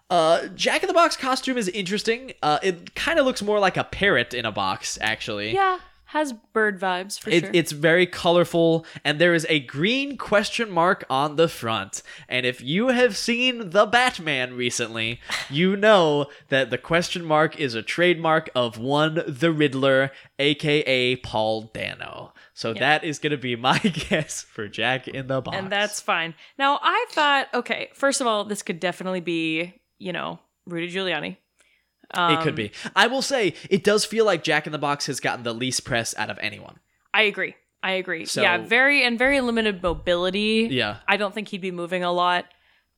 Uh, Jack in the Box costume is interesting. Uh, it kind of looks more like a parrot in a box, actually. Yeah, has bird vibes for It, sure. It's very colorful, and there is a green question mark on the front. And if you have seen The Batman recently, you know that the question mark is a trademark of one, the Riddler, aka Paul Dano. So that is going to be my guess for Jack in the Box. and that's fine. Now I thought, okay, first of all, this could definitely be you know Rudy Giuliani. Um, it could be. I will say it does feel like Jack in the Box has gotten the least press out of anyone. I agree. I agree. So- yeah, very and very limited mobility. Yeah. I don't think he'd be moving a lot.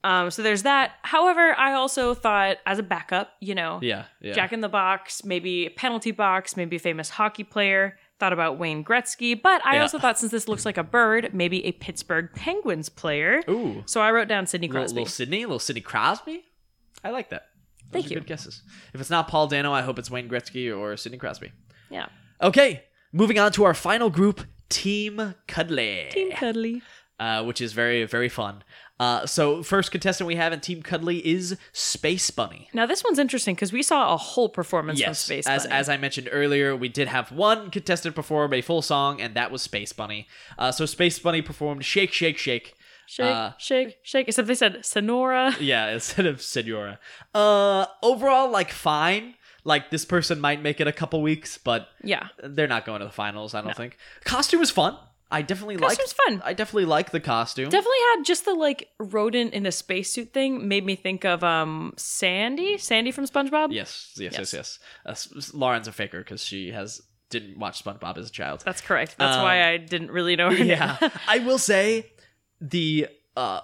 Um, so there's that. However, I also thought as a backup, you know, Yeah. Yeah. Jack in the Box, maybe a penalty box, maybe a famous hockey player. Thought about Wayne Gretzky, but I Yeah. also thought since this looks like a bird, maybe a Pittsburgh Penguins player. Ooh. So I wrote down Sidney Little, Crosby. little Sydney, little Sidney Crosby. I like that. Those Thank are you. Good guesses. If it's not Paul Dano, I hope it's Wayne Gretzky or Sidney Crosby. yeah. Okay, moving on to our final group, Team Cuddly, Team Cuddly. uh, which is very very fun. Uh, so first contestant we have in Team Cuddly is Space Bunny. Now this one's interesting because we saw a whole performance from Yes, Space as Bunny. as I mentioned earlier, we did have one contestant perform a full song, and that was Space Bunny. Uh, so Space Bunny performed "Shake, Shake, Shake." shake, uh, shake, shake. Except they said Sonora. yeah, instead of Senora. Uh, overall, like fine. Like this person might make it a couple weeks, but Yeah. they're not going to the finals. I don't think. Costume was fun. I definitely like Costume's fun. I definitely like the costume. Definitely had just the like rodent in a spacesuit thing made me think of um Sandy, Sandy from SpongeBob. yes, yes, yes, Yes. yes. Uh, S- S- Lauren's a faker because she has didn't watch SpongeBob as a child. That's correct. That's Um, why I didn't really know. Her name. yeah, I will say the uh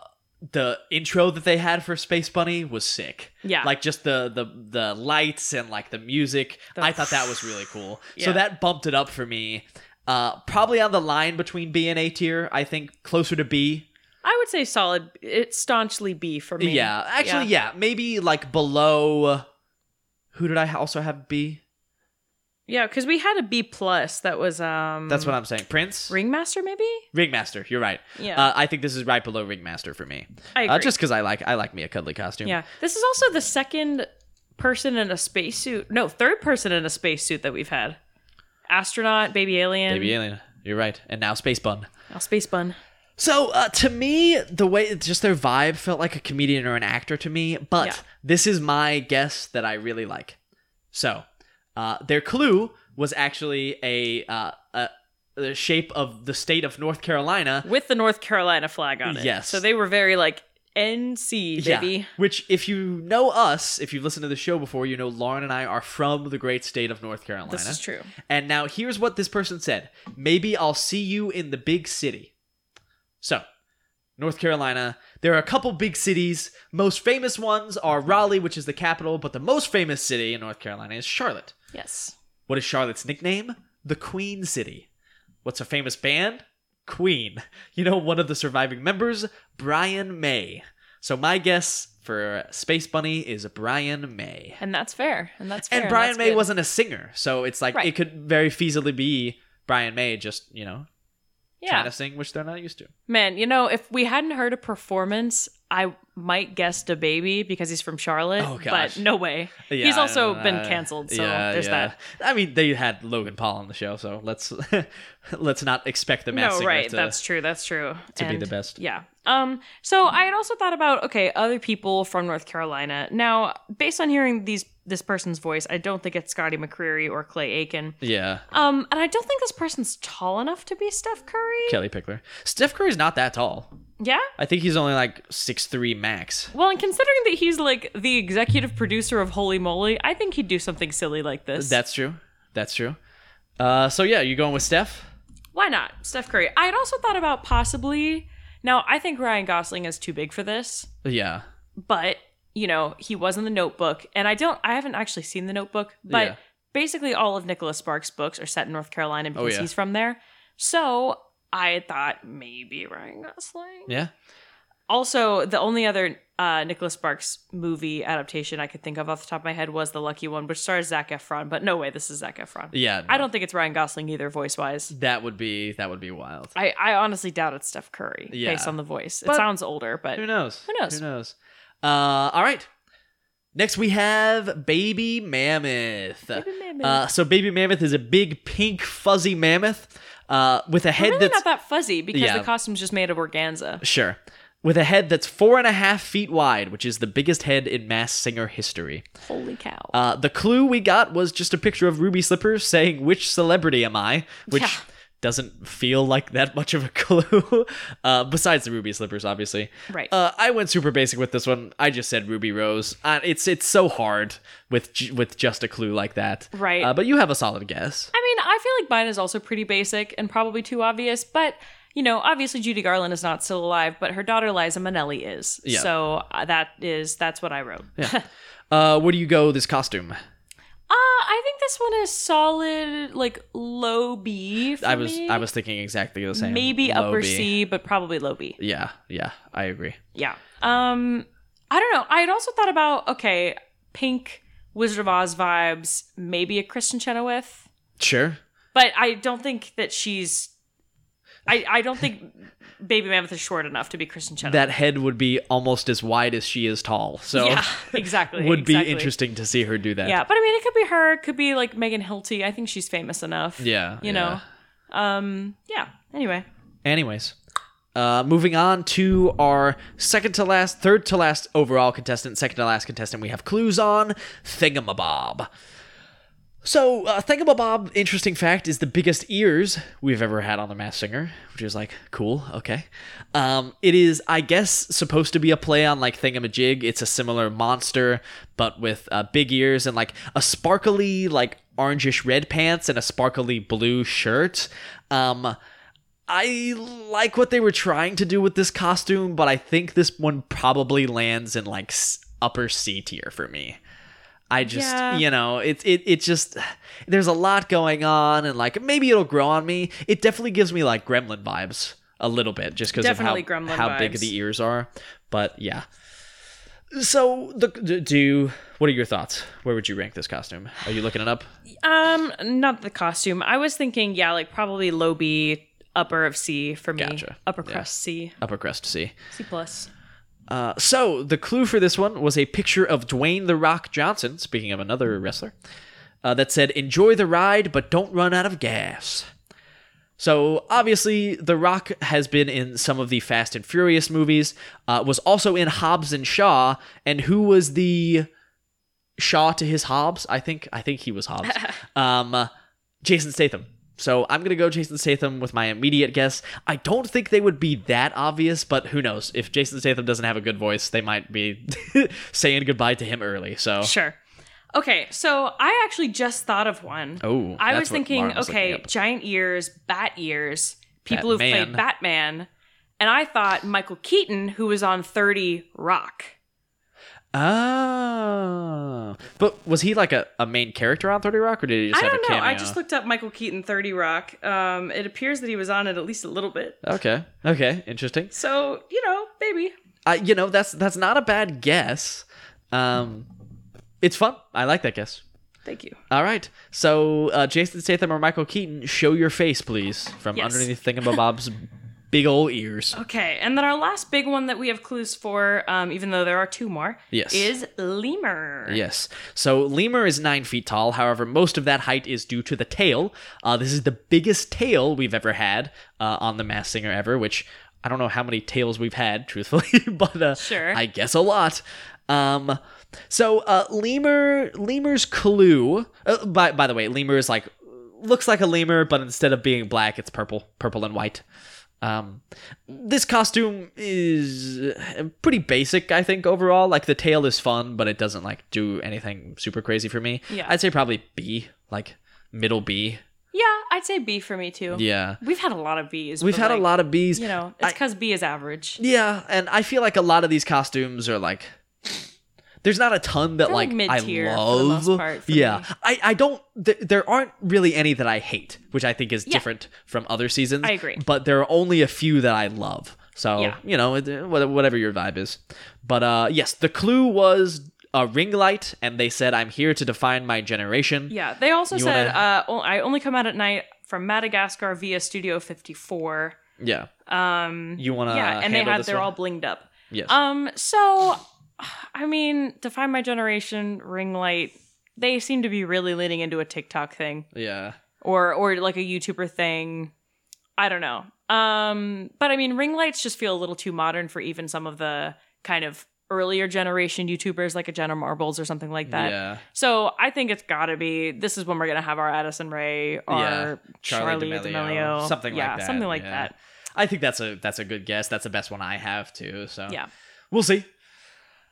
the intro that they had for Space Bunny was sick. yeah. Like just the the the lights and like the music. The- I thought that was really cool. So Yeah. that bumped it up for me. Uh, probably on the line between B and A tier. I think closer to B I would say solid. It staunchly B for me. Yeah, actually, yeah. maybe like below. Who did I ha- also have B? Yeah, because we had a B plus that was um. That's what I'm saying. Prince, Ringmaster maybe. Ringmaster. You're right. Yeah, Uh, I think this is right below Ringmaster for me. I agree. Uh, just because I like I like me a cuddly costume. yeah, this is also the second person in a spacesuit. No, third person in a spacesuit that we've had. Astronaut, baby alien, Baby alien. You're right. And now Space Bun. Oh, space bun. So uh, to me, the way just their vibe felt like a comedian or an actor to me. But Yeah. this is my guess that I really like. So uh, their clue was actually a, uh, a the shape of the state of North Carolina. with the North Carolina flag on it. Yes. So they were very like NC baby. Which, if you know us, if you've listened to the show before, you know Lauren and I are from the great state of North Carolina. This is true. And now here's what this person said Maybe I'll see you in the big city. So, North Carolina, there are a couple big cities. Most famous ones are Raleigh, which is the capital, but the most famous city in North Carolina is Charlotte. Yes. What is Charlotte's nickname? The Queen City. What's a famous band? Queen. You know, one of the surviving members, Brian May. So my guess for Space Bunny is Brian May. And that's fair. And that's fair. And Brian that's May good. wasn't a singer, so it's like Right. it could very feasibly be Brian May just, you know, Yeah. trying to sing, which they're not used to. Man, you know, if we hadn't heard a performance, I might guess the baby because he's from Charlotte. Oh, gosh. But no way. Yeah, he's I also don't know. been canceled, so Yeah, there's yeah. that. I mean, they had Logan Paul on the show, so let's let's not expect the mass No, singer right. to that's true. That's true. to be the best. Yeah. Um. So I had also thought about okay, other people from North Carolina. Now, based on hearing these this person's voice, I don't think it's Scotty McCreery or Clay Aiken. Yeah. Um, and I don't think this person's tall enough to be Steph Curry. Kelly Pickler. Steph Curry's not that tall. Yeah. I think he's only like six three max. Well, and considering that he's like the executive producer of Holy Moly, I think he'd do something silly like this. That's true. That's true. Uh, so yeah, you going with Steph? Why not? Steph Curry. I had also thought about possibly. Now, I think Ryan Gosling is too big for this, Yeah. but, you know, he was in the notebook. And I don't, I haven't actually seen the notebook, but Yeah. basically all of Nicholas Sparks' books are set in North Carolina because Oh, yeah. he's from there. So I thought maybe Ryan Gosling. Yeah. Also, the only other uh, Nicholas Sparks movie adaptation I could think of off the top of my head was The Lucky One, which stars Zach Efron, but no way this is Zach Efron. Yeah. I don't think it's Ryan Gosling either, voice wise. That would be that would be wild. I, I honestly doubt it's Steph Curry Yeah. based on the voice. It But- sounds older, but Who knows? Who knows? Who knows? Uh, all right. Next we have Baby Mammoth. Baby Mammoth. Uh, so Baby Mammoth is a big pink fuzzy mammoth uh, with a head really that's not that fuzzy because Yeah. the costume's just made of organza. Sure. With a head that's four and a half feet wide, which is the biggest head in mass singer history. Holy cow. Uh, the clue we got was just a picture of Ruby Slippers saying, Which celebrity am I? Which Yeah. doesn't feel like that much of a clue, uh, besides the Ruby Slippers, obviously. Right. Uh, I went super basic with this one. I just said Ruby Rose. Uh, it's it's so hard with j- with just a clue like that. Right. Uh, but you have a solid guess. I mean, I feel like mine is also pretty basic and probably too obvious, but you know, obviously Judy Garland is not still alive, but her daughter Liza Minnelli is. Yeah. So uh, that is that's what I wrote. Yeah. uh, where do you go with this costume? Uh, I think this one is solid, like low B. For I was me. I was thinking exactly the same. maybe Low upper B. C, but probably low B. Yeah, yeah, I agree. Yeah. Um, I don't know. I had also thought about okay, pink Wizard of Oz vibes, maybe a Kristen Chenoweth, Sure. but I don't think that she's. I, I don't think Baby Mammoth is short enough to be Kristen Chenoweth. That head would be almost as wide as she is tall. So yeah, exactly. would be exactly. interesting to see her do that. Yeah, but I mean, it could be her. It could be like Megan Hilty. I think she's famous enough. Yeah. yeah. You know. Um. Yeah. Anyway. Anyways, uh, moving on to our second to last, third to last overall contestant, second to last contestant. We have clues on Thingamabob. So, uh, Thingamabob, interesting fact, is the biggest ears we've ever had on The Mass Singer, which is like, cool, okay. Um, it is, I guess, supposed to be a play on like Thingamajig. It's a similar monster, but with uh, big ears and like a sparkly, like orangish red pants and a sparkly blue shirt. Um, I like what they were trying to do with this costume, but I think this one probably lands in like s- upper C tier for me. I just, Yeah. you know, it's it it just there's a lot going on, and like maybe it'll grow on me. It definitely gives me like Gremlin vibes a little bit, just because of how Definitely Gremlin how big vibes. the ears are. But yeah. So the d- do what are your thoughts? Where would you rank this costume? Are you looking it up? Um, not the costume. I was thinking, yeah, like probably low B, upper of C for me. Gotcha. Upper Yeah. crust C, Upper crust C. C plus. Uh, so the clue for this one was a picture of Dwayne the Rock Johnson. Speaking of another wrestler, uh, that said, "Enjoy the ride, but don't run out of gas." So obviously, The Rock has been in some of the Fast and Furious movies. Uh, was also in Hobbs and Shaw, and who was the Shaw to his Hobbs? I think I think he was Hobbs. um, Jason Statham. So I'm gonna go Jason Statham with my immediate guess. I don't think they would be that obvious, but who knows? If Jason Statham doesn't have a good voice, they might be saying goodbye to him early. So Sure. Okay, so I actually just thought of one. oh, I that's was what thinking, Lauren was looking okay, up. giant ears, bat ears, people who've Batman. played Batman, and I thought Michael Keaton, who was on Thirty Rock. Oh, but was he like a, a main character on Thirty Rock, or did he just I have don't a know. cameo? I just looked up Michael Keaton Thirty Rock. Um, it appears that he was on it at least a little bit. Okay. Okay. Interesting. So you know, maybe. Uh, you know, that's that's not a bad guess. Um, it's fun. I like that guess. Thank you. All right. So, uh, Jason Statham or Michael Keaton, show your face, please, from Yes. underneath Thingamabob's big ol' ears. Okay, and then our last big one that we have clues for, um, even though there are two more, Yes. is lemur. Yes. So lemur is nine feet tall. However, most of that height is due to the tail. Uh, this is the biggest tail we've ever had uh, on the Mass Singer ever, which I don't know how many tails we've had, truthfully, but uh, Sure. I guess a lot. Um, so uh, lemur, lemur's clue. Uh, by by the way, lemur is like looks like a lemur, but instead of being black, it's purple, purple and white. Um, this costume is uh, pretty basic, I think overall. Like the tail is fun, but it doesn't like do anything super crazy for me. Yeah. I'd say probably B, like middle B. Yeah, I'd say B for me too. Yeah, We've had a lot of Bs. we've but, had a like, lot of B's. You know, it's because B is average. Yeah, and I feel like a lot of these costumes are like there's not a ton that They're, like, like, I mid-tier for the love. most part for yeah, me. I I don't. Th- there aren't really any that I hate, which I think is Yeah. different from other seasons. I agree. But there are only a few that I love. So Yeah. you know, it- wha- whatever your vibe is. But uh, yes, the clue was a ring light, and they said, "I'm here to define my generation." Yeah, they also You said wanna- uh, o- I only come out at night from Madagascar via Studio 54. Yeah. Um, You wanna? yeah, and they handle had this they're one? all blinged up. Yes. Um, so I mean, define my generation ring light. They seem to be really leaning into a TikTok thing. yeah. or or like a YouTuber thing. I don't know. Um, but I mean, ring lights just feel a little too modern for even some of the kind of earlier generation YouTubers, like a Jenna Marbles or something like that. yeah. So I think it's got to be. This is when we're gonna have our Addison Ray or Yeah. Charli Charlie, D'Amelio, D'Amelio, something like yeah, that, something like yeah. that. I think that's a that's a good guess. That's the best one I have too. So Yeah. we'll see.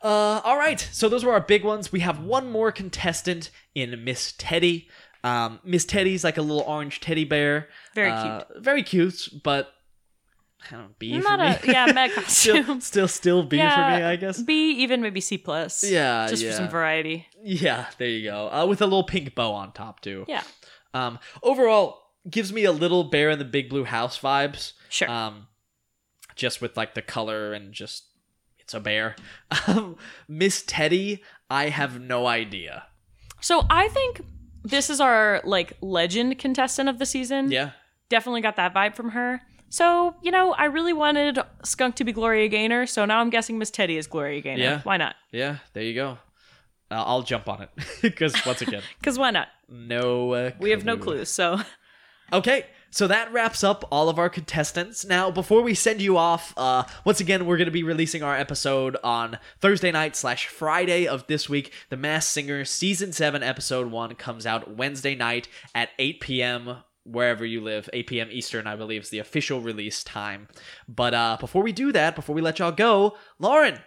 Uh, all right. So those were our big ones. We have one more contestant in Miss Teddy. Um, Miss Teddy's like a little orange teddy bear. Very Uh, very cute, but I don't know, B Not a for me. yeah mech still, costume. still, still B Yeah, for me, I guess. B even maybe C plus. Yeah, just yeah. for some variety. Yeah, there you go. Uh, with a little pink bow on top too. Yeah, Um, overall, gives me a little Bear in the Big Blue House vibes. sure. um just with like the color and just it's a bear um miss teddy i have no idea so I think this is our like legend contestant of the season. yeah definitely got that vibe from her. So, you know, I really wanted Skunk to be Gloria Gaynor, so now I'm guessing Miss Teddy is Gloria Gaynor. Yeah. Why not? yeah there you go uh, i'll jump on it because once again Because why not? no uh, We have no clue. clues, so okay So that wraps up all of our contestants. Now, before we send you off, uh, once again, we're going to be releasing our episode on Thursday night slash Friday of this week. The Mass Singer Season 7, Episode 1 comes out Wednesday night at 8 p.m. Wherever you live, 8 p.m. Eastern, I believe, is the official release time. But uh, before we do that, before we let y'all go, Lauren,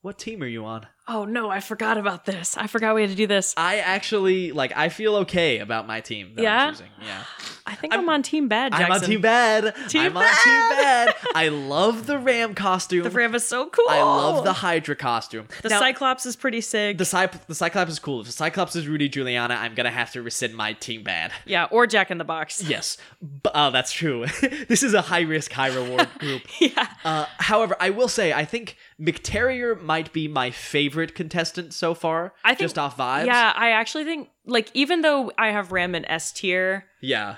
what team are you on? Oh no, I forgot about this. I forgot we had to do this. I actually like. I feel okay about my team. That Yeah? I'm choosing. Yeah. I think I'm- I'm, on Team Bad. Jackson. I'm on Team Bad. Team I'm on Team Bad. I love the Ram costume. The Ram is so cool. I love the Hydra costume. The now, Cyclops is pretty sick. the, Cy- the Cyclops is cool. If the Cyclops is Rudy Juliana, I'm gonna have to rescind my Team Bad. yeah, or Jack in the Box. Yes, but, oh, that's true. this is a high risk, high reward group. yeah. Uh, however, I will say I think McTerrier might be my favorite contestant so far. I think- just off vibes. Yeah, I actually think like even though I have Ram in S tier, yeah.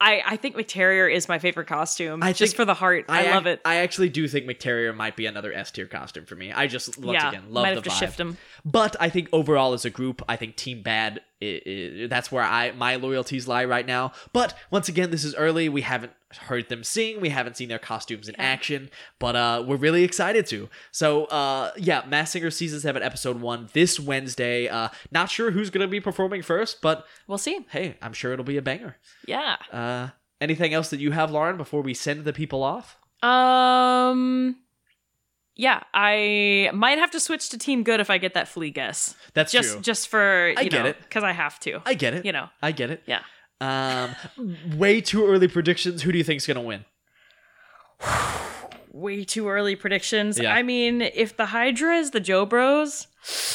I I think McTerrier is my favorite costume. I just think- for the heart, I, ac- love it. I actually do think McTerrier might be another S tier costume for me. I just once yeah, again love might the have to vibe. shift him. But I think overall as a group, I think Team Bad i i that's where I my loyalties lie right now. But once again, this is early. We haven't heard them sing. We haven't seen their costumes in action. But uh, we're really excited to. So uh, yeah, Mass Singer season seven episode one this Wednesday. Uh, not sure who's gonna be performing first, but We'll see. hey, I'm sure it'll be a banger. Yeah. Uh, anything else that you have, Lauren, before we send the people off? Um. Yeah, I might have to switch to Team Good if I get that flea guess. That's just true. just for you I get know, it. because I have to. I get it. you know. I get it. Yeah. Um, way too early predictions. Who do you think's gonna win? Way too early predictions. Yeah. I mean, if the Hydra is the Joe Bros,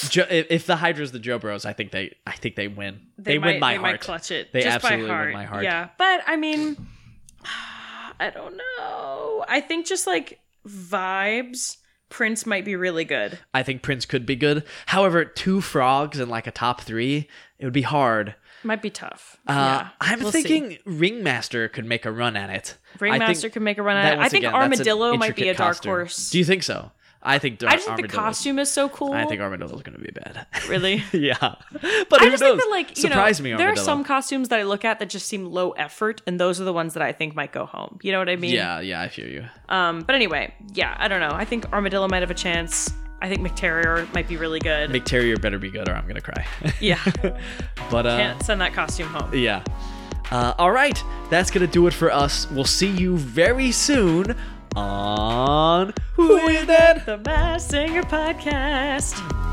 Jo- if if the Hydra's the Joe Bros, I think they, I think they win. They, they, might, win my they might heart. clutch it. They just absolutely by win heart. my heart. Yeah, but I mean, I don't know. I think just like vibes, Prince might be really good. I think Prince could be good. However, two frogs and like a top three, it would be hard. Might be tough. Uh, yeah, I'm we'll see. thinking Ringmaster could make a run at it. I Ringmaster think could make a run that, at it. I once think again, that's an Armadillo might be a intricate dark costume. horse. Do you think so? I think. Dar- I just think the Armadillo's- costume is so cool. I think Armadillo's gonna be bad. really. yeah, but I who just knows? think that like you Surprise know me, there are Armadillo. some costumes that I look at that just seem low effort, and those are the ones that I think might go home. You know what I mean? Yeah, yeah, I feel you. Um, but anyway, yeah, I don't know. I think Armadillo might have a chance. I think McTerrier might be really good. McTerrier better be good, or I'm gonna cry. yeah, but uh, can't send that costume home. Yeah. Uh, all right, that's gonna do it for us. We'll see you very soon on Who Is That? The Mass Singer Podcast.